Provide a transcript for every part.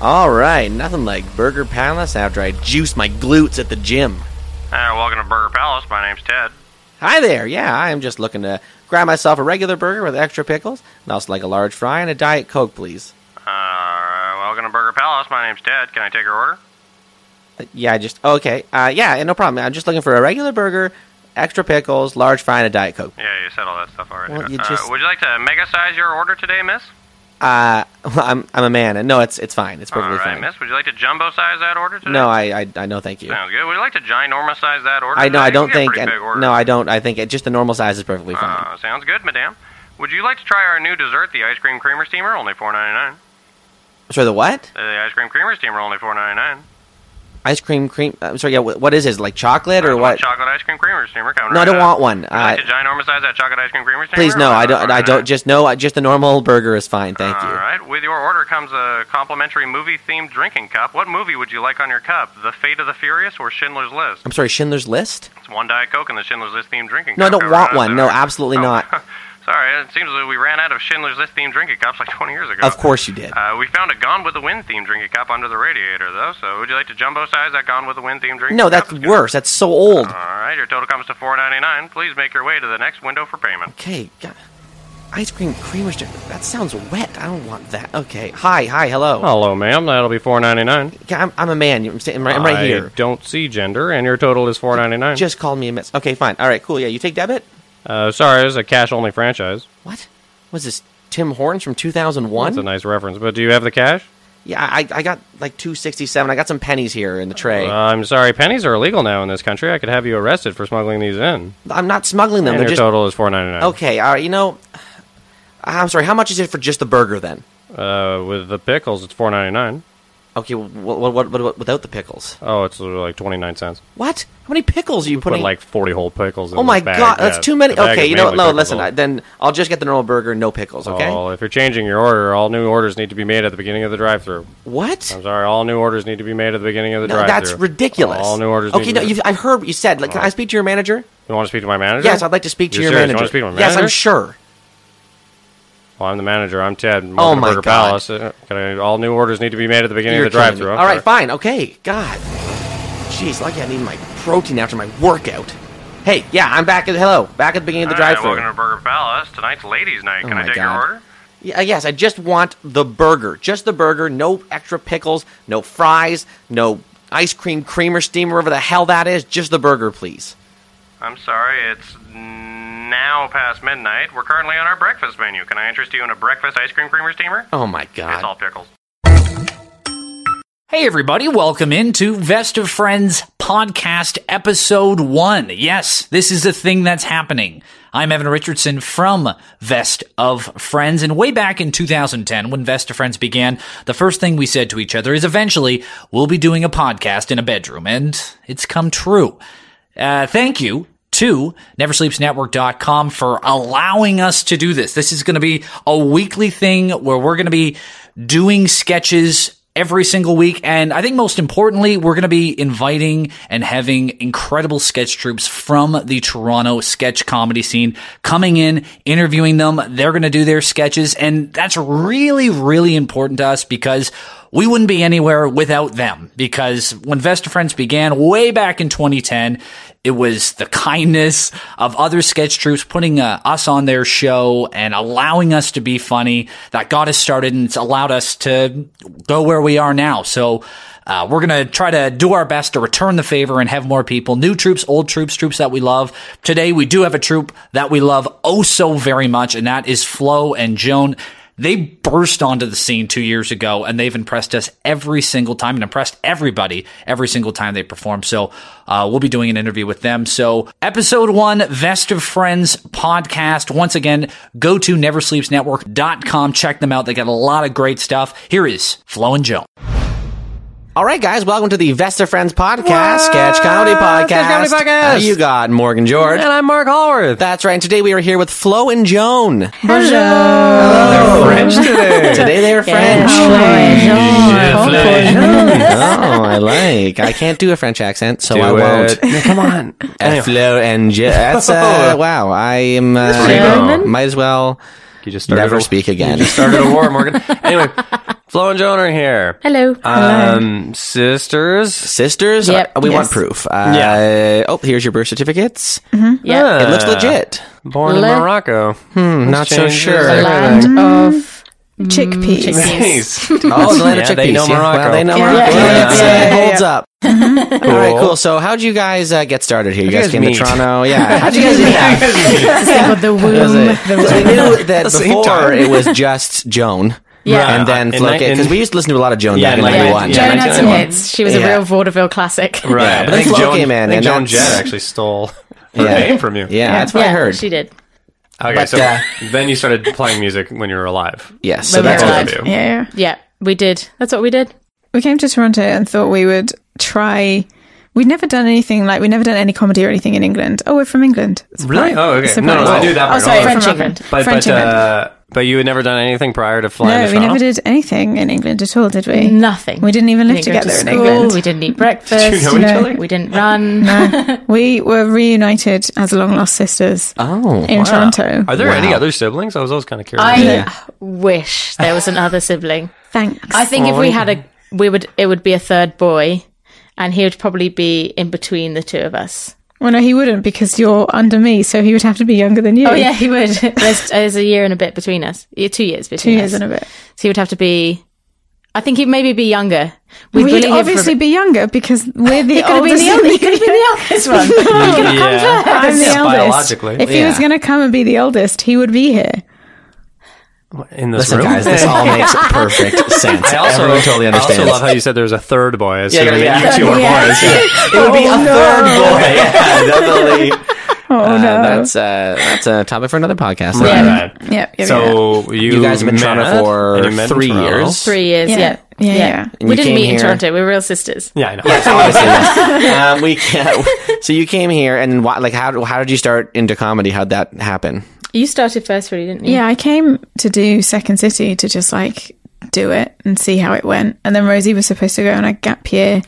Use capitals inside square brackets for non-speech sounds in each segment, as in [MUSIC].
All right, nothing like Burger Palace after I juice my glutes at the gym. Hi, welcome to Burger Palace. My name's Ted. Hi there. Yeah, I am just looking to grab myself a regular burger with extra pickles, and also like a large fry and a diet coke, please. Uh, welcome to Burger Palace. My name's Ted. Can I take your order? Uh, Yeah, I just okay. Uh, yeah, no problem. I'm just looking for a regular burger, extra pickles, large fry, and a diet coke. Yeah, you said all that stuff already. Well, you Uh, just- would you like to mega size your order today, miss? Uh, [LAUGHS] I'm I'm a man, and no, it's it's fine. It's perfectly all right, fine. miss. Would you like to jumbo size that order today? No, I, I I no, thank you. Sounds good. Would you like to ginormous size that order? I know. today? I You don't get a think. pretty and- big order. no, I don't. I think it, just the normal size is perfectly fine. Uh, sounds good, madame. Would you like to try our new dessert, the ice cream creamer steamer, only four ninety nine? Sorry, the what? The ice cream creamer steamer, only four ninety nine. Ice cream cream. uh, I'm sorry. Yeah, wh- what is this? Like chocolate or what? Chocolate ice cream creamer steamer coming. No, I right don't want up. one. Would you Uh, like to ginormous size that chocolate ice cream creamer steamer? Uh, please, no. I don't. I $4.99? don't. Just no. I- Just the normal burger is fine. Thank All you. right. With your order comes a complimentary movie-themed drinking cup. What movie would you like on your cup? The Fate of the Furious or Schindler's List? I'm sorry. Schindler's List. It's one Diet Coke and the Schindler's List themed drinking No, I cup. don't Ever want had one. that? No, absolutely Oh. not. Sorry, it seems that we ran out of Schindler's List themed drinking cups like [LAUGHS] 20 years ago. Of course you did. Uh, we found a Gone with the Wind themed drinking cup under the radiator, though. So, would you like to jumbo size that Gone with the Wind themed drinking? No, cup? that's It's good. worse. That's so old. All right, your total comes to 4.99. Please make your way to the next window for payment. Okay. God. Ice cream creamer. st- That sounds wet. I don't want that. Okay. Hi. Hi. Hello. Hello, ma'am. That'll be 4.99. Okay, I'm, I'm a man. I'm, sitting right, I'm right here. don't see gender, and your total is 4.99. Just called me a miss. Okay. Fine. All right. Cool. Yeah. You take debit. Uh, sorry, this is a cash only franchise. What? Was this Tim Hortons from 2001? That's a nice reference, but do you have the cash? Yeah, I, I got like 267. I got some pennies here in the tray. Uh, I'm sorry, pennies are illegal now in this country. I could have you arrested for smuggling these in. I'm not smuggling them. and They're your just total is four ninety nine. okay. All right, you know. I'm sorry. How much is it for just the burger then? Uh, with the pickles, it's four ninety nine. Okay, well, what, what, what, what without the pickles? Oh, it's like twenty nine cents. What? How many pickles are you Put putting? like forty whole pickles. In oh my the bag. god, Yeah, that's too many. the bag Okay, is you know what? No, mainly pickles. listen. I, then I'll just get the normal burger, no pickles. Okay. Oh, if you're changing your order, all new orders need to be made at the beginning of the drive through. what? I'm sorry, all new orders need to be made at the beginning of the No, drive that's through. ridiculous. All new orders. Okay, need no, to be- you've, I've heard what you said. Like, can I speak to your manager? You want to speak to my manager? Yes, I'd like to speak to your You're serious? manager. You wanna speak to my Yes, I'm manager? sure. Well, I'm the manager. I'm Ted. Welcome Oh to my Burger God. Palace. Uh, Can I, all new orders need to be made at the beginning You're of the drive through. All right, fine. Okay, God. Jeez, lucky I need my protein after my workout. Hey, yeah, I'm back at hello, back at the beginning of the drive-through. to Burger Palace. Tonight's ladies' night. Oh Can I my take your God. order? Yeah, yes, I just want the burger, just the burger, no extra pickles, no fries, no ice cream creamer steamer, whatever the hell that is. Just the burger, please. I'm sorry, it's now past midnight. We're currently on our breakfast menu. Can I interest you in a breakfast ice cream creamer steamer? Oh my It's all God. pickles. Hey, everybody, welcome into Vesta Friends Podcast Episode 1. Yes, this is a thing that's happening. I'm Evan Richardson from Vest of Friends, and way back in 2010, when Vesta Friends began, the first thing we said to each other is eventually we'll be doing a podcast in a bedroom, and it's come true. Uh, thank you to neversleepsnetwork.com for allowing us to do this. This is going to be a weekly thing where we're going to be doing sketches every single week. And I think most importantly, we're going to be inviting and having incredible sketch troops from the Toronto sketch comedy scene coming in, interviewing them. They're going to do their sketches. And that's really, really important to us because we wouldn't be anywhere without them because when Vesta Friends began way back in 2010, it was the kindness of other sketch troops putting uh, us on their show and allowing us to be funny that got us started and it's allowed us to go where we are now. So, uh, we're going to try to do our best to return the favor and have more people, new troops, old troops, troops that we love. Today, we do have a troop that we love oh so very much, and that is Flo and Joan they burst onto the scene two years ago and they've impressed us every single time and impressed everybody every single time they perform. So, uh, we'll be doing an interview with them. So, episode one, Vest of Friends podcast. Once again, go to neversleepsnetwork.com. Check them out. They got a lot of great stuff. Here is Flo and Joan. All right, guys, welcome to the Vesta Friends Podcast, Sketch Comedy Podcast. Sketch Comedy Podcast. Uh, you got Morgan George. I'm Mark Hallworth. That's right. And today we are here with Flo and Joan. French [LAUGHS] today. Today they're French. [LAUGHS] oh, [LAUGHS] I like. I can't do a French accent, so I won't. Come on. [LAUGHS] Flo and Joe. That's uh, wow. I am. Uh, German? Might as well. You just started Never a- speak again. You just started a war, Morgan. anyway, Flo and Joan are here. Hello. Uh, Um, [LAUGHS] sisters. Sisters, Yep, uh, we want yes. Mm-hmm. proof. Uh, Yeah. Oh, here's your birth certificates. yeah. It looks Ah, legit. Born in Le- Morocco. Hmm, not so sure. The land of Mm. Chickpeas. [LAUGHS] chickpeas. Oh, the land of Yeah, they chickpeas, know yeah. Morocco. Well, they know Yeah. Morocco. Yeah, Well, yeah, it's, yeah, Mm-hmm. uh, yeah, it holds up. All right, cool. So, how'd you guys uh, get started here? You How'd guys you came guys to meet? Toronto, [LAUGHS] yeah. How'd you guys meet? [LAUGHS] It's [LAUGHS] like with the Because womb. we knew that the same before time. it was just Joan. Yeah. And then Yeah. Flo In- because we used to listen to a lot of Joan Yeah, back in like, ninety yeah, one. yeah, Joan yeah. had some hits. She was a Yeah. real vaudeville classic. Right. Yeah, but then I think Flo Joan, came in, I think and Joan that's- Jett actually [LAUGHS] stole her Yeah. name from you. Yeah, that's what I Yeah, heard. She did. Okay, But, so uh, then you started playing music when you were alive. Yes, so When we that's were what I what alive. do. Yeah. Yeah, we did. That's what we did. We came to Toronto and thought we would try. We'd never done anything like we'd never done any comedy or anything in England. Oh, we're from England. It's Really? fine. Oh, okay. It's No, no, fine. I knew that Oh, part. sorry, Oh, French French England. But French but England. uh, but you had never done anything prior to flying no, to we Toronto. never did anything in England at all, did we? Nothing. We didn't even live didn't go together to in school, England. We didn't [LAUGHS] eat breakfast. you know each other? We didn't [LAUGHS] run. We were reunited as long lost sisters Oh. in Toronto. Are there Wow. any other siblings? I was always kind of curious. I wish there was another sibling. Thanks. I think if we had a, we would. It would be a third boy, and he would probably be in between the two of us. well, no, he wouldn't because you're under me, so he would have to be younger than you. Oh yeah, he would. [LAUGHS] there's, there's a year and a bit between us. Yeah, Two years two between years us. and a bit. so he would have to be. I think he'd maybe be younger. We'd Well, he'd bully him for a obviously bit. be younger because we're the He could have been oldest. the [LAUGHS] oldest. He could have been the youngest one. yeah. I'm the Yeah, eldest. biologically. If he was Yeah. going to come and be the oldest, he would be here. in this Listen, room. guys, this all makes perfect sense. [LAUGHS] I also, Everyone totally I understands. also love how you said there was a third boy. yeah, Assuming yeah. that you two are Yeah. boys. Yeah. it would be a third boy. Yeah, definitely. Oh Uh, [LAUGHS] no! That's uh, that's a topic for another podcast. [LAUGHS] Right, Uh, right. yep, yep, yep. So you, You guys have been met, Toronto for and you met in three Toronto. years. Three years, Yeah. yeah. Yeah, yeah. You We didn't came meet here- in Toronto. We were real [LAUGHS] sisters. Yeah, I know. Obviously, [LAUGHS] yes. um, we [LAUGHS] can't, so you came here, and why, like, how how did you start into comedy? How'd that happen? You started first, really, didn't you? yeah, I came to do Second City to just like do it and see how it went, and then Rosie was supposed to go on a gap year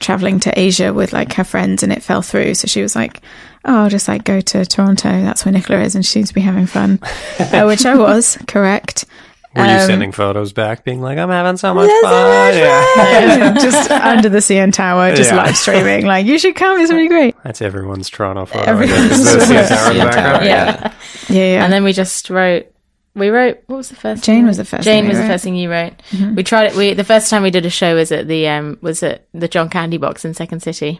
traveling to Asia with like her friends, and it fell through. So she was like, "Oh, I'll just like go to Toronto. That's where Nicola is, and she seems to be having fun," uh, which I was correct. Were you Um, sending photos back, being like, "I'm having so much That's so fun"? much yeah, fun. just under the CN Tower, just Yeah. live streaming. Like, you should come. It's really great. that's everyone's Toronto photo. Everyone's Everyone's the Toronto. CSR in the Yeah, background. yeah. Yeah, yeah. And then we just wrote. We wrote. What was the first? Jane thing? was the first Jane thing we was the wrote. first thing you wrote. Mm-hmm. We tried it. We the first time we did a show was at the um was at the John Candy Box in Second City,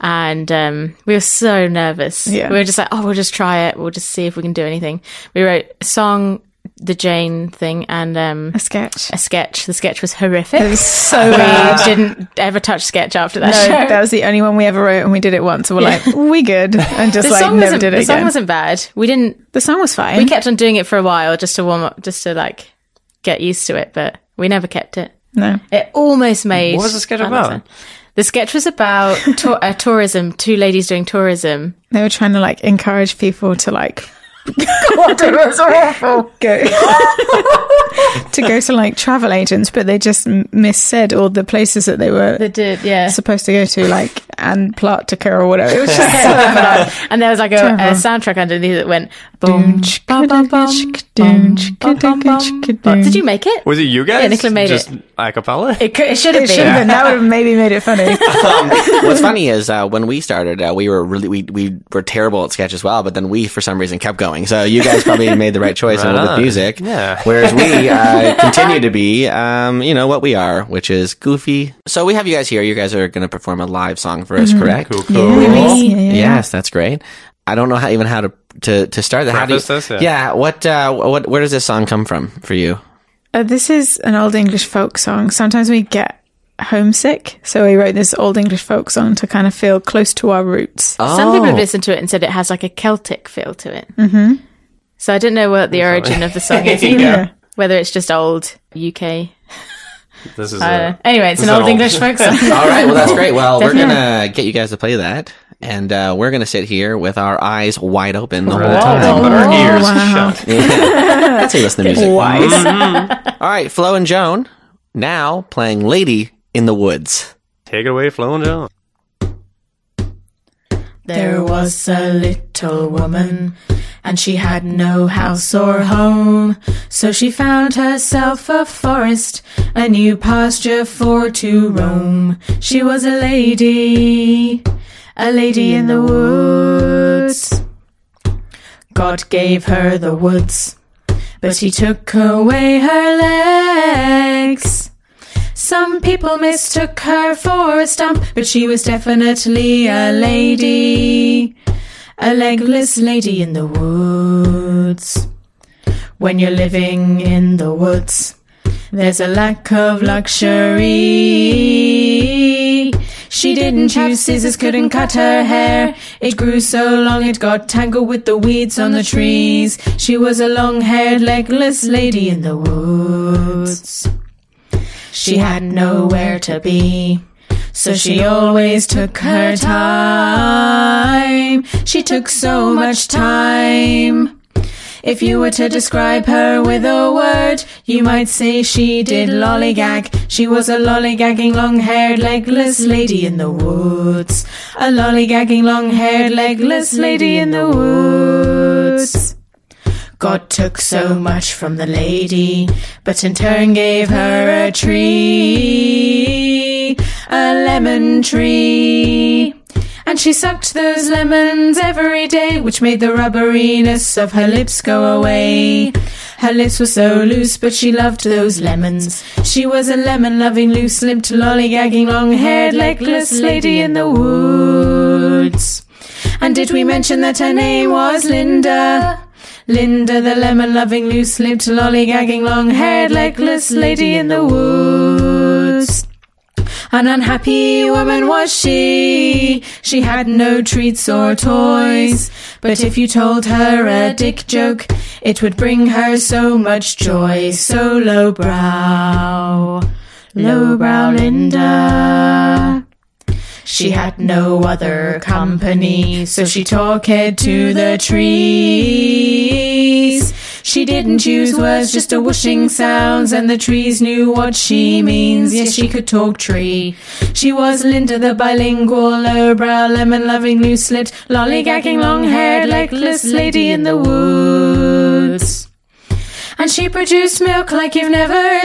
and um we were so nervous. Yeah. We were just like, oh, we'll just try it. We'll just see if we can do anything. We wrote a song, the Jane thing, and um a sketch. a [LAUGHS] sketch. The sketch was horrific. It was [LAUGHS] so we bad. didn't ever touch sketch after that. No, show. that was the only one we ever wrote, and we did it once. And we're like, we [LAUGHS] good, and just the like song never wasn't. did it the song again. Mm-hmm. wasn't bad. We didn't. the song was fine. We kept on doing it for a while just to warm up, just to like get used to it, but we never kept it. no, It almost made. What was the sketch Oh, that's about? fine. The sketch was about to- uh, tourism, two ladies doing tourism. they were trying to like encourage people [LAUGHS] to like. God, it was awful. Go [LAUGHS] to [LAUGHS] go to like travel agents, but they just m- missaid all the places that they were They did, yeah. [LAUGHS] supposed to go to, like Antarctica or whatever. It was just And there was like a, a soundtrack underneath that went boom, bum, bum, bum, bum, bum, bum, bum. Did you make it? Was it you guys? Yeah, Nicola made Just it. a cappella. It, could, it should have It should have been. been. That would have maybe made it funny. [LAUGHS] What's funny is uh, when we started, uh, we were really we we were terrible at sketch as well, but then we for some reason kept going. So you guys [LAUGHS] probably made the right choice Right and with on. music, Yeah. Whereas [LAUGHS] we uh, continue to be, um, you know, what we are, which is goofy. So we have you guys here. You guys are going to perform a live song for us, correct? Mm-hmm. Cool, cool. yeah, yeah, yeah. Yes, that's great. I don't know how even how to to, to start that. How do you, Preface this, yeah. What uh, what where does this song come from for you? Uh, this is an old English folk song. Sometimes we get homesick, so we wrote this old English folk song to kind of feel close to our roots. Oh, Some people have listened to it and said it has like a Celtic feel to it. Mm-hmm. So I don't know what the origin of the [LAUGHS] song is either. Yeah. Whether it's just old UK. This is Uh, a, anyway, it's an It's old, an old- English folk [LAUGHS] song. All right. Well, that's great. Well, we're Definitely. gonna get you guys to play that, and uh, we're gonna sit here with our eyes wide open the whole time. But Oh, our ears shut. [LAUGHS] That's how you listen to music. Wise. All right, Flo and Joan now playing "Lady in the Woods." Take it away, Flo and Joan. There was a little woman and she had no house or home. So she found herself a forest, a new pasture for to roam. She was a lady, a lady in the woods. God gave her the woods, but he took away her legs. Some people mistook her for a stump, but she was definitely a lady. A legless lady in the woods. When you're living in the woods, there's a lack of luxury. She didn't have scissors, couldn't cut her hair. It grew so long it got tangled with the weeds on the trees. She was a long haired, legless lady in the woods. She had nowhere to be. So she always took her time. She took so much time. If you were to describe her with a word, you might say she did lollygag. She was a lollygagging, long haired, legless lady in the woods. A lollygagging, long haired, legless lady in the woods. God took so much from the lady, but in turn gave her a tree, a lemon tree. And she sucked those lemons every day, which made the rubberiness of her lips go away. Her lips were so loose, but she loved those lemons. She was a lemon loving, loose lipped, lollygagging, long haired, legless lady in the woods. And did we mention that her name was Linda? Linda, the lemon loving, loose lipped, lollygagging, long haired, legless lady in the woods. An unhappy woman was she. She had no treats or toys. But if you told her a dick joke, it would bring her so much joy. So lowbrow, lowbrow Linda. She had no other company, so she talked to the trees. She didn't use words, just a whooshing sounds, and the trees knew what she means. Yes, she could talk tree. She was Linda the bilingual, lowbrow, lemon-loving, loose-lipped, lollygagging, long-haired, legless lady in the woods and she produced milk like you've never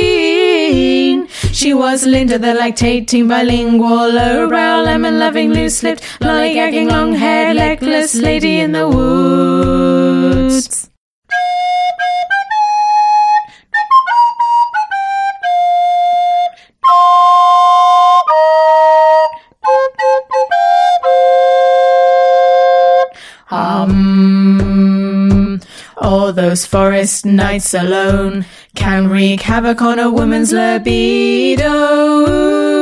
seen. She was Linda the lactating bilingual, lowbrow, lemon loving, loose lipped, lollygagging, long haired, legless lady in the woods. Um, all those forest nights alone can wreak havoc on a woman's libido.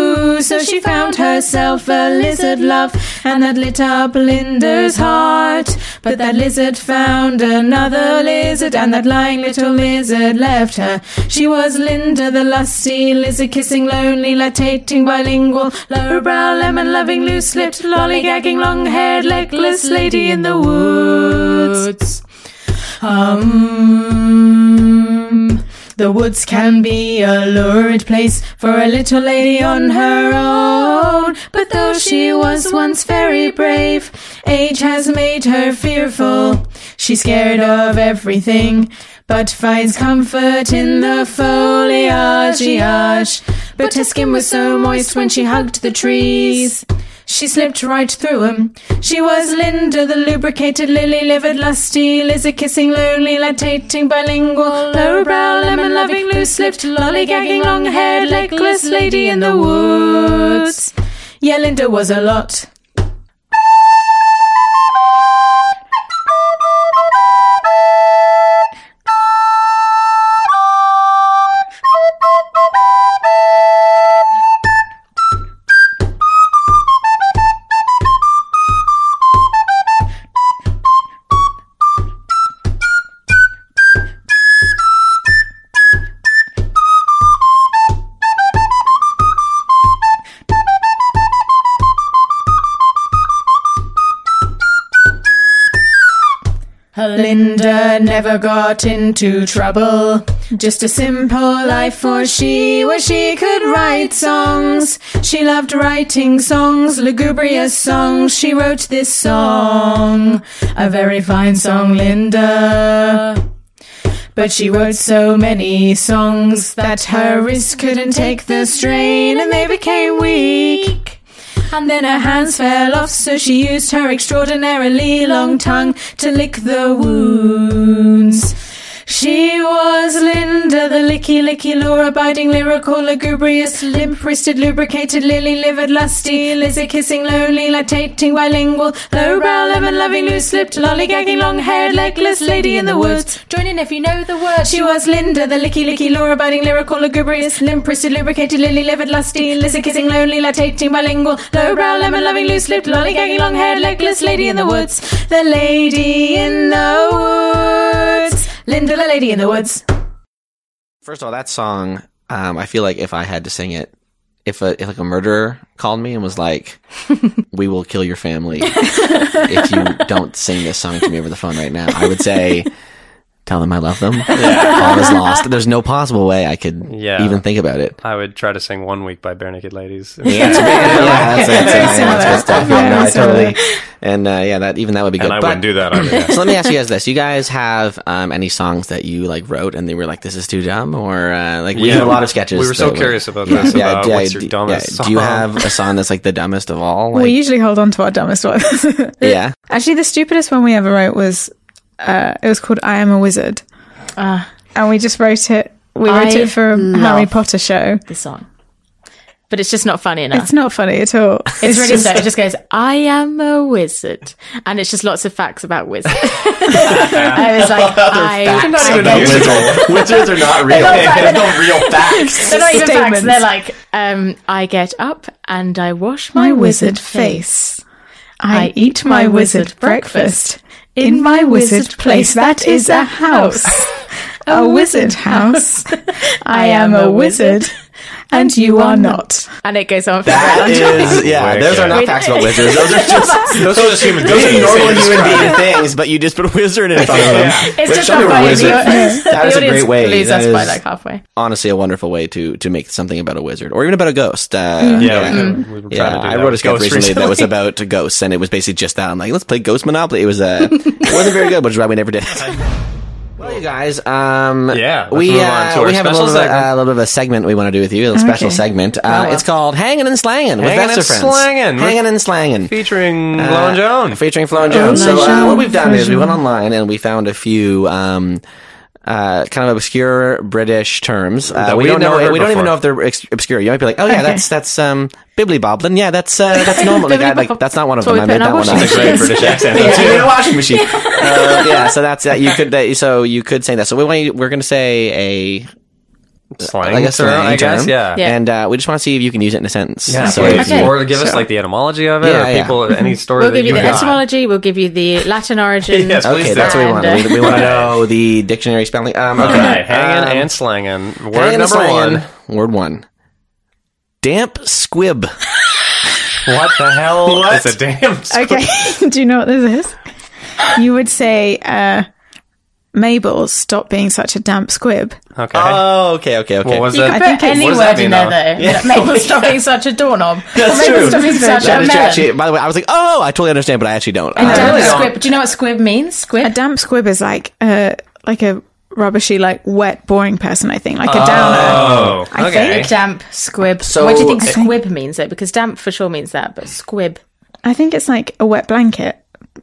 So she found herself a lizard love, and that lit up Linda's heart. But that lizard found another lizard, and that lying little lizard left her. She was Linda the lusty lizard, kissing, lonely, lactating, bilingual, lowbrow, lemon loving, loose lipped, lollygagging, long haired, legless lady in the woods. Um, the woods can be a lurid place for a little lady on her own. But though she was once very brave, age has made her fearful. She's scared of everything, but finds comfort in the foliage. But her skin was so moist when she hugged the trees. She slipped right through 'em. She was Linda, the lubricated, lily livered, lusty, lizard kissing, lonely, lactating, bilingual, lowbrow, lemon loving, loose lipped, lollygagging, long haired, legless lady in the woods. Yeah, Linda was a lot. Linda never got into trouble. Just a simple life for she, where she could write songs. She loved writing songs, lugubrious songs. She wrote this song, a very fine song, Linda. But she wrote so many songs that her wrists couldn't take the strain and they became weak. And then her hands fell off, so she used her extraordinarily long tongue to lick the wounds. She was Linda, the licky, licky, law-abiding, lyrical, lugubrious, limp-wristed, lubricated, lily-livered, lusty, lizard-kissing, lowly, lactating, bilingual, lowbrow, lemon-loving, loose-lipped, lollygagging, long-haired, legless lady in the woods. Join in if you know the words. She was Linda, the licky, licky, law-abiding, lyrical, lugubrious, limp-wristed, lubricated, lily-livered, lusty, lizard-kissing, lonely, lactating, bilingual, lowbrow, lemon-loving, loose-lipped, lollygagging, long-haired, legless lady in the woods. The lady in the woods. Linda, the lady in the woods. First of all, that song, um, I feel like if I had to sing it, if a if like a murderer called me and was like, "We will kill your family if you don't sing this song to me over the phone right now," I would say, "Tell them I love them." All is lost. There's no possible way I could Yeah. even think about it. I would try to sing One Week by Bare Naked Ladies. Yeah, [LAUGHS] it's- yeah, that's, that's, that's, that's good stuff. Yeah, no, I totally. And uh, yeah, that even that would be good. and I But- wouldn't do [LAUGHS] that either. so let me ask you guys this: You guys have um, any songs that you like wrote and they were like, "This is too dumb," or uh, like we Yeah. have a lot of sketches. We were so that curious about this, about what's your d- dumbest Do you song? have a song that's like the dumbest of all? Like, We usually hold on to our dumbest [LAUGHS] ones. yeah, Actually, the stupidest one we ever wrote was uh, it was called "I Am a Wizard," and we just wrote it. We I wrote it for a love- Harry Potter show. this song. But it's just not funny enough. It's not funny at all. It's, really just- so. It just goes, I am a wizard. And it's just lots of facts about wizards. I was like, I. [LAUGHS] Witches are [LAUGHS] not real. There's no real facts. They're not even facts. Statements. They're like, um, I get up and I wash my wizard face. I I eat my wizard breakfast in my wizard place. That is a house, [LAUGHS] a wizard house. I am a [LAUGHS] wizard, and you are not. And it goes on for [LAUGHS] that is yeah. Wicked. Those are not Wait. facts about wizards. Those are just Those are just human those are beings. normal They human describe- being things, but you just put wizard in front of them. [LAUGHS] It's just show not me funny. wizard. [LAUGHS] The, au- That the is a audience great way. lose That us by is- like halfway. Honestly, a wonderful way to to make something about a wizard or even about a ghost. Uh, Yeah, we, we were trying Yeah, to do I that wrote a with script ghosts recently, that was about ghosts, and it was basically just that. I'm like, let's play Ghost Monopoly. It was [LAUGHS] uh, it wasn't very good, which is why we never did. it. Well, you guys, um, Yeah, let's we move on uh, to our we have a special little, bit, segment. uh, little bit of a segment we want to do with you, a little special Okay. segment. Uh, It's called "Hanging and Slanging" with Hangin' and Vester Friends. Slangin' with- hanging and slanging. [LAUGHS] featuring Uh, Lon Joan. Featuring Flo and Joan. So uh, Joan, what we've done Flo is we went online and we found a few um, uh, kind of obscure British terms uh, That we we don't had never know. heard We don't even before. know if they're ex- obscure. You might be like, oh yeah, that's that's um, Bibbly Boblin. Yeah, that's uh, that's [LAUGHS] normal. like, I, like, Bibbly-bobbly. that's not one of That's them. what I we made that one up. That's put in our washing a very British accent. [LAUGHS] Yeah, That's you need a washing machine. Uh, yeah, so that's that. You could that, so you could say that. So we want you, we're going to say a slang like a slang term, I guess. term. Yeah. Yeah. and uh, we just want to see if you can use it in a sentence. Yeah, So if please. you- Or give us like the etymology of it, Yeah, or yeah. people any story We'll that give you the got. etymology. We'll give you the Latin origin. Yes, please Okay, do. that's what we And, want. uh, We, we want to know the dictionary spelling. Um, okay, All right, hanging Um, and slanging. Word hanging and number slanging. one. Word one. Damp squib. What the hell? What? It's a damn. [LAUGHS] Okay. Do you know what this is? You would say, uh, Mabel, stop being such a damp squib. Okay. Oh, okay, okay, okay. what was You it? could think put it- any what does that word in mean, there, though. Mabel stopping such a doorknob. That's Mabel true. stopping such That a is melon. actually, by the way, I was like, oh, I totally understand, but I actually don't. And Uh, damn really squib. don't. Do you know what squib means? A Squib. damp squib is like a, like a rubbishy, like wet, boring person, I think. Like a downer. Oh, I okay. think- Damp squib. So- what do you think squib means? Though, because damp for sure means that, but squib. I think it's like a wet blanket.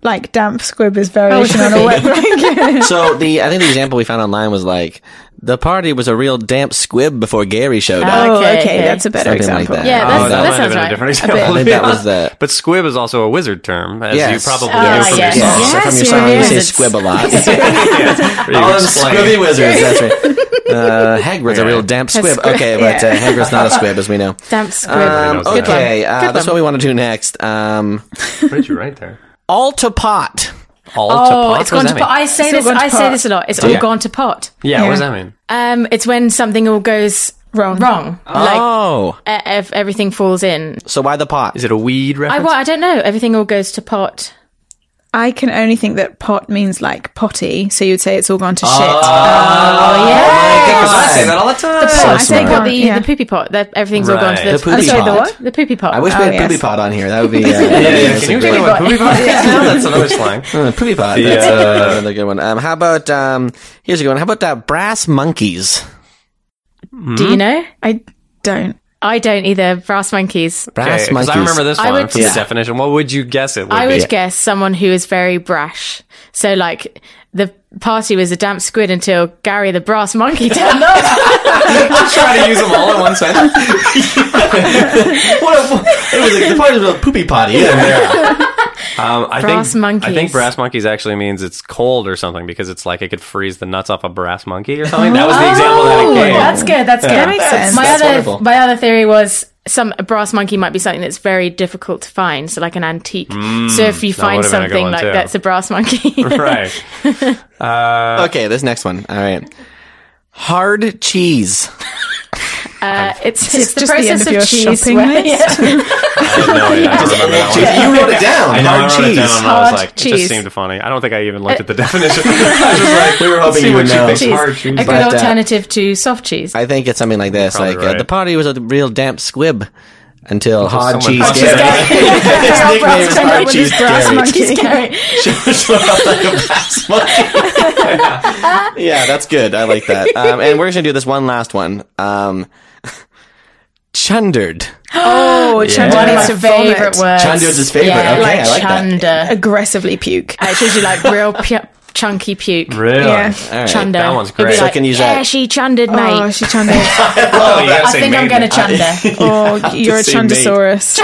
Like damp squib is variation Oh, on a wet [LAUGHS] [LAUGHS] blanket. Uh, so the I think the example we found online was like the party was a real damp squib before Gary showed up. oh, Ah, Okay, okay, okay. That's a better Something like example. that. Yeah, Oh, that that's, that might have sounds been a right. different I [LAUGHS] example. think that was the But squib is also a wizard term, as Yes. you probably Ah, knew from yes. your yeah. song. so from your Yes, song, you yes. say squib a lot. You All them explain. squibby wizards. That's right. Uh, Hagrid's a Okay. real damp squib. squib, Okay, but uh, Hagrid's not a squib, as we know. Damp squib. Um, knows that. okay, uh, Good that's one. what we want to do next. Um, What did you write there? all to pot. All Oh, to it's gone to pot. I say It's all this. gone to I say pot. this a lot. It's all Yeah. gone to pot. Yeah, what does that mean? Um, it's when something all goes Wrong. Wrong. Like oh, e- ev- everything falls in. so why the pot? Is it a weed I, reference? well, I don't know. Everything all goes to pot. I can only think that pot means like potty, so you'd say it's all gone to shit. Ah. Oh, Because yeah. I say that all the time. pot. So I They say smart. got gone, the, yeah. the poopy pot. That, everything's all gone to Right. the, The poopy I'm sorry, pot. The, what? the poopy pot. I wish Oh, we had yes. Poopy Pod on here. That would be. Uh, [LAUGHS] Yeah, yeah, that's Can a you great- explain what poopy pot is? [LAUGHS] No, [LAUGHS] that's another slang. [LAUGHS] Uh, poopy Pod. That's uh, another good one. Um, how about um, here's a good one. How about uh, brass monkeys? Do you know? I don't. I don't either. Brass monkeys. Brass Because monkeys. I remember this I one would- from yeah. the definition. What would you guess it would I be? would guess someone who is very brash. So, like, the party was a damp squid until Gary the brass monkey turned [LAUGHS] up. try to use them all in one sentence. [LAUGHS] What a- what- it was like, the part about poopy potty. Yeah. Um, I Brass think, monkeys. I think brass monkeys actually means it's cold or something because it's like it could freeze the nuts off a brass monkey or something. That was the example that it gave. Oh, That's good. That's good. That makes sense. my That's other wonderful. my other theory was some a brass monkey might be something that's very difficult to find, so like an antique. so if you find Hmm. would've been a good something one like too. that's a brass monkey, [LAUGHS] [LAUGHS] right. okay, this next one. All right. Hard [LAUGHS] cheese. uh, it's, it's It's the just the end process of of, your cheese. shopping where- list. Yeah. I had no idea. [LAUGHS] I don't remember that one. You wrote it down. I know hard I wrote cheese. it down and I Hard was like, it cheese. just seemed funny. I don't think I even looked at the [LAUGHS] definition. [LAUGHS] I was just like, We were hoping see you what would know. you think. Cheese. Hard cheese. A good But, uh, alternative to soft cheese. I think it's something like this. Probably Like uh, right. the potty was a real damp squib until hard someone cheese. [LAUGHS] punched came. it out. [LAUGHS] His nickname brass is turned up hard with his cheese. brass Gary. monkey. Gary. Just looked up like a brass [LAUGHS] monkey. yeah, that's good. I like that. Um, and we're gonna do this one last one. Um, [LAUGHS] chundered. Oh, chunder One of means my to favorite vomit. words. Chundered's his favorite. Yeah, okay, like, I like that. chunder. Aggressively puke. Uh, It's usually like real pu- chunky puke. Really? Yeah. All right. Chunder. that one's It'd be great. So like, can you use yeah, that- she chundered, mate. Oh, [LAUGHS] she chunder. Oh, yeah, I think I'm going to chunder. [LAUGHS] Oh, you're a say mate. [LAUGHS] chundersaurus.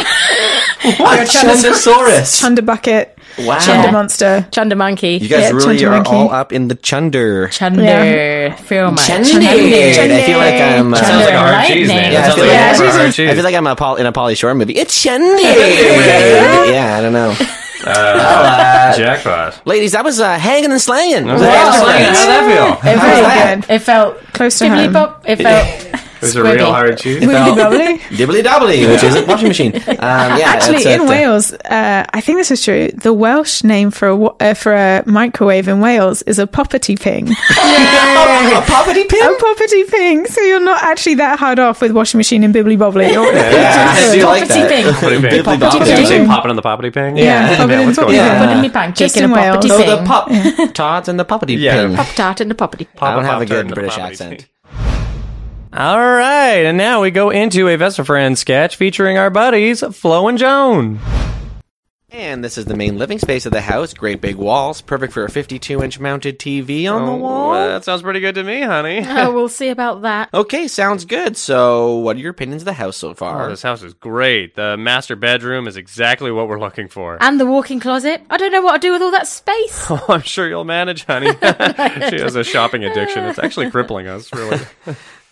What? Chundersaurus. Chunder bucket. Wow. Chunder monster. Chunder monkey. You guys Yeah, really chunder are monkey. all up in the chunder. Chunder. Yeah. Film. I feel like I'm. Uh, Sounds like a hard Lightning. cheese name. Yeah, I That feel like- sounds like a Yeah, proper she's hard I feel cheese. like I'm a Paul, in a Polly Shore movie. It's [LAUGHS] Shandy. yeah, I don't know. Jackpot. Ladies, that was uh, hanging and slanging. How'd that feel? It How's felt that? good. It felt Close to tibbly home. bop. It felt It was a real Squibby. hard cheese. Felt- [LAUGHS] Wibbly-wobbly. Dibbly dobbly, which is a washing machine. [LAUGHS] Um, yeah, Actually, that's it. in Wales, uh, I think this is true. The Welsh name for a, wa- uh, for a microwave in Wales is a poppity [LAUGHS] ping. [LAUGHS] a poverty a pin. poppity ping. So you're not actually that hard off with washing machine and bibbly bobbly. Yeah, I do like poppity that. ping. Poppity Dibbly ping. dobbly. Did you say ping. popping on the poppity ping? Yeah. poppity what's ping, going on? Yeah. putting me pancake Just in a in poppity Wales. So ping. the pop tarts and the poppity Yeah, the pin. Pop tart and a poppity. I don't have a Pop-up good turn to British poppity accent. ping. All right, and now we go into a Vesta Friends sketch featuring our buddies Flo and Joan. And this is the main living space of the house. Great big walls, perfect for a 52-inch mounted TV on the Oh, uh, wall. that sounds pretty good to me, honey. Oh, we'll see about [LAUGHS] that. Okay, sounds good. So, what are your opinions of the house so far? Oh, this house is great. The master bedroom is exactly what we're looking for. And the walk-in closet. I don't know what I do with all that space. Oh, [LAUGHS] I'm sure you'll manage, [LAUGHS] honey. she has a shopping addiction. It's actually crippling us, really.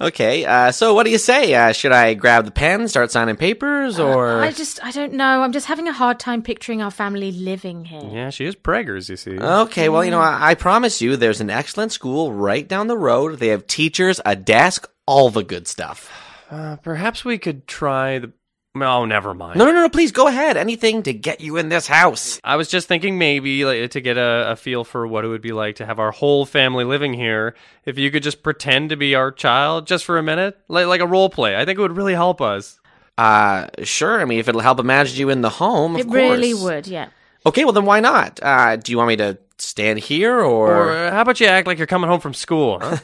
Okay, uh, so what do you say? Uh, should I grab the pen, start signing papers, Uh, or I just, I don't know. I'm just having a hard time picturing our family living here. [LAUGHS] Yeah, she is preggers, you see. Okay, well, you know, Mm. I, I promise you, there's an excellent school right down the road. They have teachers, a desk, all the good stuff. Uh, perhaps we could try the. No, never mind. No, no, no, no, please go ahead. Anything to get you in this house. I was just thinking maybe like, to get a, a feel for what it would be like to have our whole family living here. If you could just pretend to be our child just for a minute, like like a role play, I think it would really help us. Uh, sure. I mean, if it'll help imagine you in the home, of it really course. would. Yeah. Okay, well then, why not? Uh, do you want me to stand here, Or or, uh, how about you act like you're coming home from school? Huh?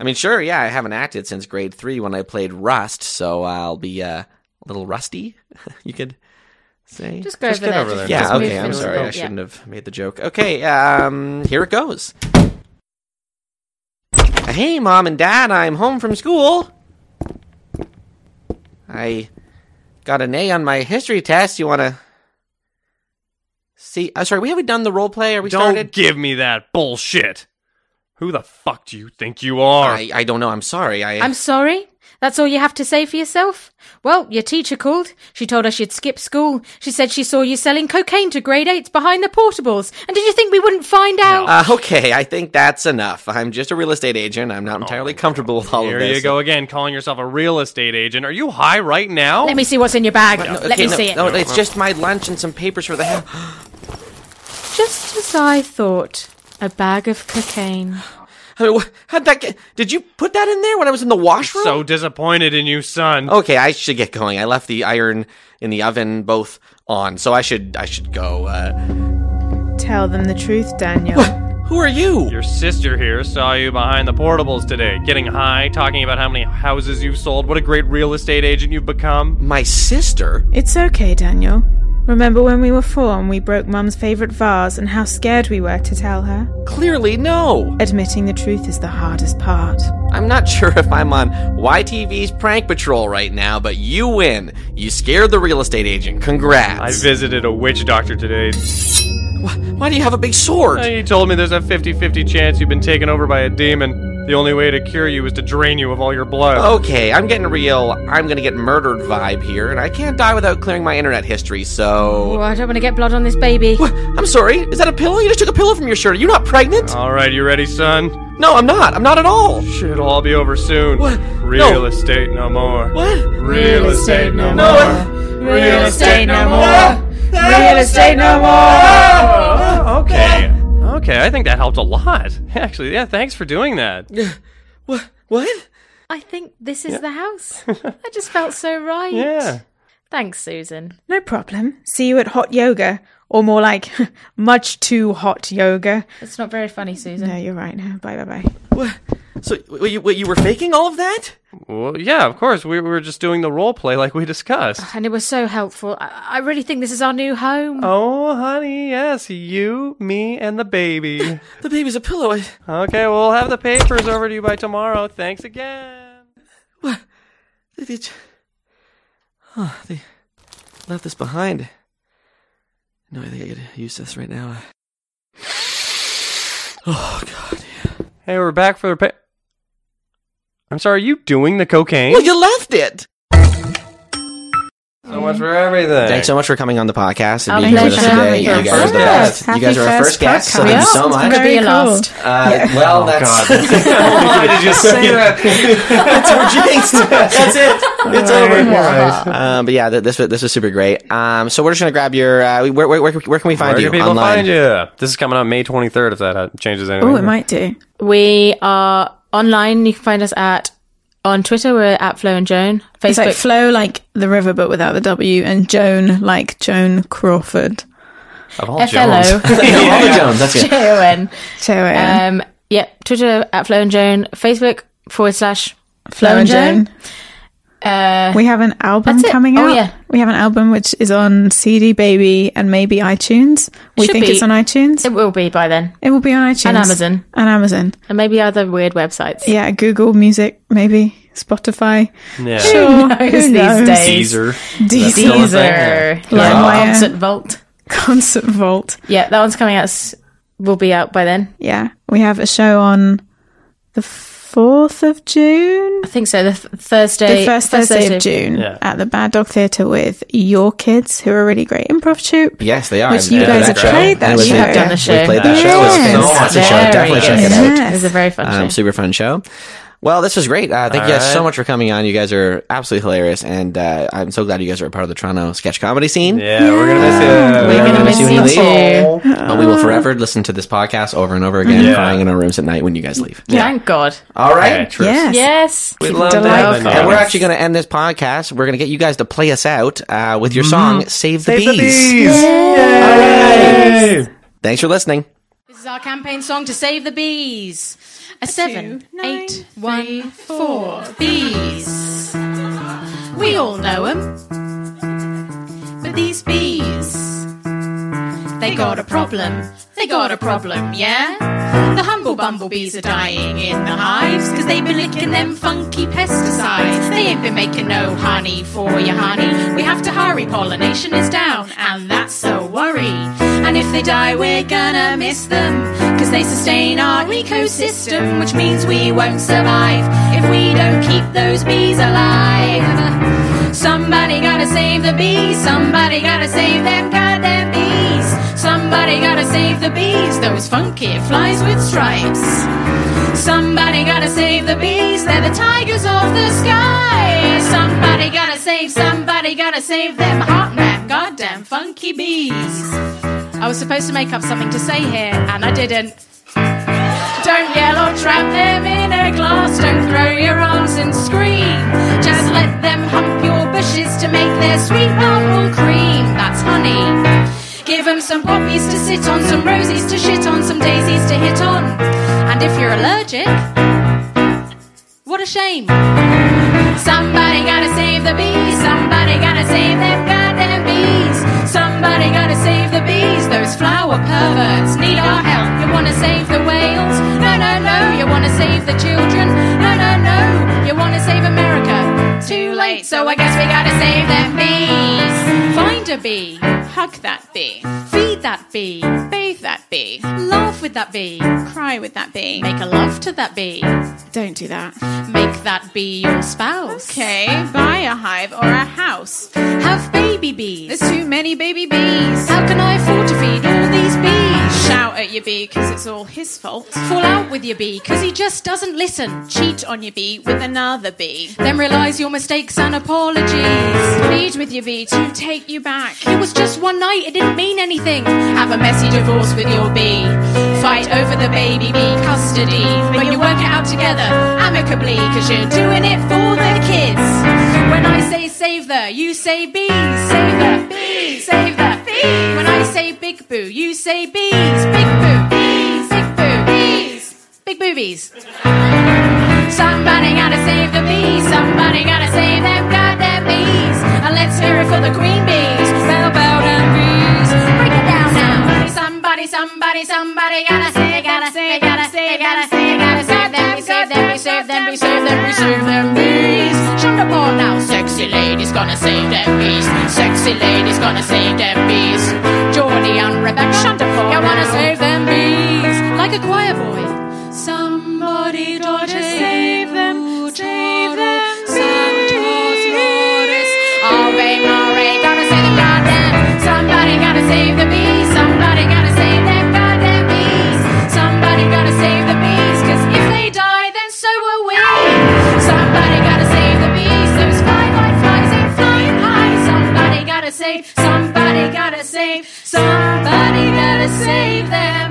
I mean, sure. Yeah, I haven't acted since grade three when I played Rust, so I'll be uh, a little rusty. [LAUGHS] you could say. Just go over get there. over there. Just- yeah. just move okay. I'm into sorry. the- I yeah. shouldn't have made the joke. Okay. Um. Here it goes. Hey, mom and dad. I'm home from school. I got an A on my history test. You want to see? I'm sorry. We haven't done the role play. Are we Don't started? give me that bullshit. Who the fuck do you think you are? I, I don't know. I'm sorry. I. I'm sorry? That's all you have to say for yourself? Well, your teacher called. She told us you'd skip school. She said she saw you selling cocaine to grade 8s behind the portables. And did you think we wouldn't find out? Uh, okay, I think that's enough. I'm just a real estate agent. I'm not entirely comfortable with all Here of this. you go again, calling yourself a real estate agent. Are you high right now? Let me see what's in your bag. Let Okay, me no, see it. No, it's just my lunch and some papers for the house. Just as I thought. A bag of cocaine. I mean, wh- How'd that get? Did you put that in there when I was in the washroom? So disappointed in you, son. okay, I should get going. I left the iron in the oven both on, so I should I should go. Uh, Tell them the truth, Daniel. who are you? Your sister here saw you behind the portables today, getting high, talking about how many houses you've sold, what a great real estate agent you've become. My sister. It's okay, Daniel. Remember when we were four and we broke Mum's favourite vase and how scared we were to tell her? Clearly, no. Admitting the truth is the hardest part. I'm not [LAUGHS] sure if I'm on YTV's prank patrol right now, but you win. You scared the real estate agent. I Congrats. visited a witch doctor today. Why do you have a big sword? He told me there's a 50 50 chance you've been taken over by a demon. The only way to cure you is to drain you of all your blood. Okay, I'm getting a real I'm gonna get murdered vibe here, and I can't die without clearing my internet history, Oh, so. I don't want to get blood on this baby. What? I'm sorry, is that a pillow? You just took a pillow from your shirt. Are you not pregnant? All right, you ready, son? no, I'm not. I'm not at all. It'll all be over soon. What? Real No. estate no more. What? Real estate no more. No, Real estate no more. Real estate no more. Oh, okay. Okay, I think that helped a lot. [LAUGHS] Actually, yeah, thanks for doing that. What? What? I think this is the house. I just felt so right. Yeah. Thanks, Susan. No problem. See you at hot yoga. Or more like, [LAUGHS] much too hot yoga. It's not very funny, Susan. No, you're right. Bye bye bye. What? So, what, you, what, you were faking all of that? Well, yeah, of course. We, we were just doing the role play like we discussed. And it was so helpful. I, I really think this is our new home. Oh, honey, yes, you, me, and the baby. The baby's a pillow. I, okay, we'll have the papers over to you by tomorrow. Thanks again. they, they, huh, they left this behind. No, I think I could use this right now. Oh God! Hey, we're back for the pa- I'm sorry, are you doing the cocaine? Well, you left it. so much for everything. Thanks so much for coming on the podcast and Our being with us pleasure. today. You Thank guys you. are the Yes. best. You guys are our first guests, so thank you so podcast. much. Could be Very your last. Uh, Well, [LAUGHS] Oh, that's Why did you say that? that's we're jinxed. That's it. It's over. Right. Um, but yeah, th- this wa- this was super great. Um, so we're just gonna grab your. Uh, where, where, where, can- where can we find Where you can people online? find you? This is coming out May 23rd if that uh, changes anything. Oh, it might do. We are online. You can find us at on Twitter. We're at Flo and Joan. It's like Facebook. flow like the river, but without the W, and Joan like Joan Crawford. Of all F L [LAUGHS] Jones. O Yeah, Mama Jones. That's J it. O N. So uh, Um, yep. Twitter at Flo and Joan. Facebook forward slash Flo and Joan. Uh, We have an album That's it. coming Oh, out. yeah. We have an album which is on CD Baby and maybe iTunes. We Should think be. it's on iTunes. it It, will be by then, will be on iTunes and Amazon, And Amazon. and maybe other weird websites. [LAUGHS] Yeah, Google Music, maybe Spotify. Yeah. Sure, knows who these knows? days? Caesar. Deezer, still a thing. Caesar. Yeah. Yeah. LimeWire. Concert Vault. Concert Vault. Yeah, that one's coming out. s- Will be out by then. Yeah, we have a show on the fourth of June. I think so. The th- Thursday, the first first Thursday, of June Yeah. at the Bad Dog Theatre with your kids, who are a really great improv troupe. Yes, they are. Which you And- guys and have that's right. played that And we show. You played- have done the show. We played that Yes. show. It was so much a show. Very Definitely check good. it out. It was a very fun Um, show. super fun show. Well, this was great. Uh, thank you guys so much for coming on. You guys are absolutely hilarious, and uh, I'm so glad you guys are a part of the Toronto sketch comedy scene. Yeah, we're gonna miss Uh, you. We're gonna gonna miss miss you you when you too. But we will forever listen to this podcast over and over again, Uh, Yeah. crying in our rooms at night when you guys leave. Thank God. All right. Yeah, true. Yes. Yes. We love that. Delightful. Yeah. And we're actually going to end this podcast. We're going to get you guys to play us out uh, with Mm-hmm. your song, Save the, bees. Thanks for listening. This is our campaign song to save the bees. A seven, eight, one, four. Bees. We all know 'em, But these bees, they got a problem. They got a problem, yeah? The humble bumblebees are dying in the hives because they've been licking them funky pesticides. They ain't been making no honey for your honey. We have to hurry, pollination is down, and that's a worry. And if they die, we're gonna miss them because they sustain our ecosystem, which means we won't survive if we don't keep those bees alive. Somebody gotta save the bees, somebody gotta save them goddamn bees. Somebody gotta save the bees, those funky flies with stripes. Somebody gotta save the bees, they're the tigers of the sky. Somebody gotta save, somebody gotta save them hot man, goddamn funky bees. I was supposed to make up something to say here, and I didn't. Don't yell or trap them in a glass. Don't throw your arms and scream. Just let them hump your bushes to make their sweet apple cream. That's honey. Give 'em some poppies to sit on, some roses to shit on, some daisies to hit on. And if you're allergic, what a shame. Somebody gotta save the bees. Somebody gotta save them goddamn bees. Somebody gotta save the bees. Those flower perverts need our help. You wanna save the whales? No, no, no. You wanna save the children? No, no, no. You wanna save America? Too late, so I guess we gotta save them bees. Find a bee. Hug that bee. Feed that bee. Bathe that bee. Laugh with that bee. Cry with that bee. Make a love to that bee. Don't do that. Make that be your spouse. Okay, buy a hive or a house. Have baby bees. There's too many baby bees. How can I afford to feed all these bees? Shout at your bee because it's all his fault. Fall out with your bee, cause he just doesn't listen. Cheat on your bee with another bee. Then realise your mistakes and apologies. Plead with your bee to take you back. It was just one night, it didn't mean anything. Have a messy divorce with your bee. Fight over the baby bee custody. But you work it out together, amicably, cause you're doing it for the kids. When I say save the, you say bees. Save the bees, save the bees. When I say big boo, you say bees. Big boo, bees, big boo, bees. Big boobies. Somebody gotta save the bees. Somebody gotta save them goddamn bees. And let's hear it for the queen bees. Bell, bell, down bees. Break it down now. Somebody, somebody, somebody gotta save, gotta save, gotta save, gotta save, gotta save them. Save them, we save them, we save them, we save them bees. Shut the board now. Sexy lady's gonna save them bees. Sexy lady's gonna save them bees. Geordie and Rebecca, shut the board. You wanna save them bees. Like a choir boy. Somebody daughter, save them, save them, Santos Lores. Oh, babe, Murray, gotta save them, goddamn. Somebody gotta save the bees. Somebody gotta save them, goddamn bees. Somebody gotta save the bees, cause if they die, then so will we. Somebody gotta save the bees. Those five-eyed flies ain't flying high. Somebody gotta save, somebody gotta save, somebody gotta save them.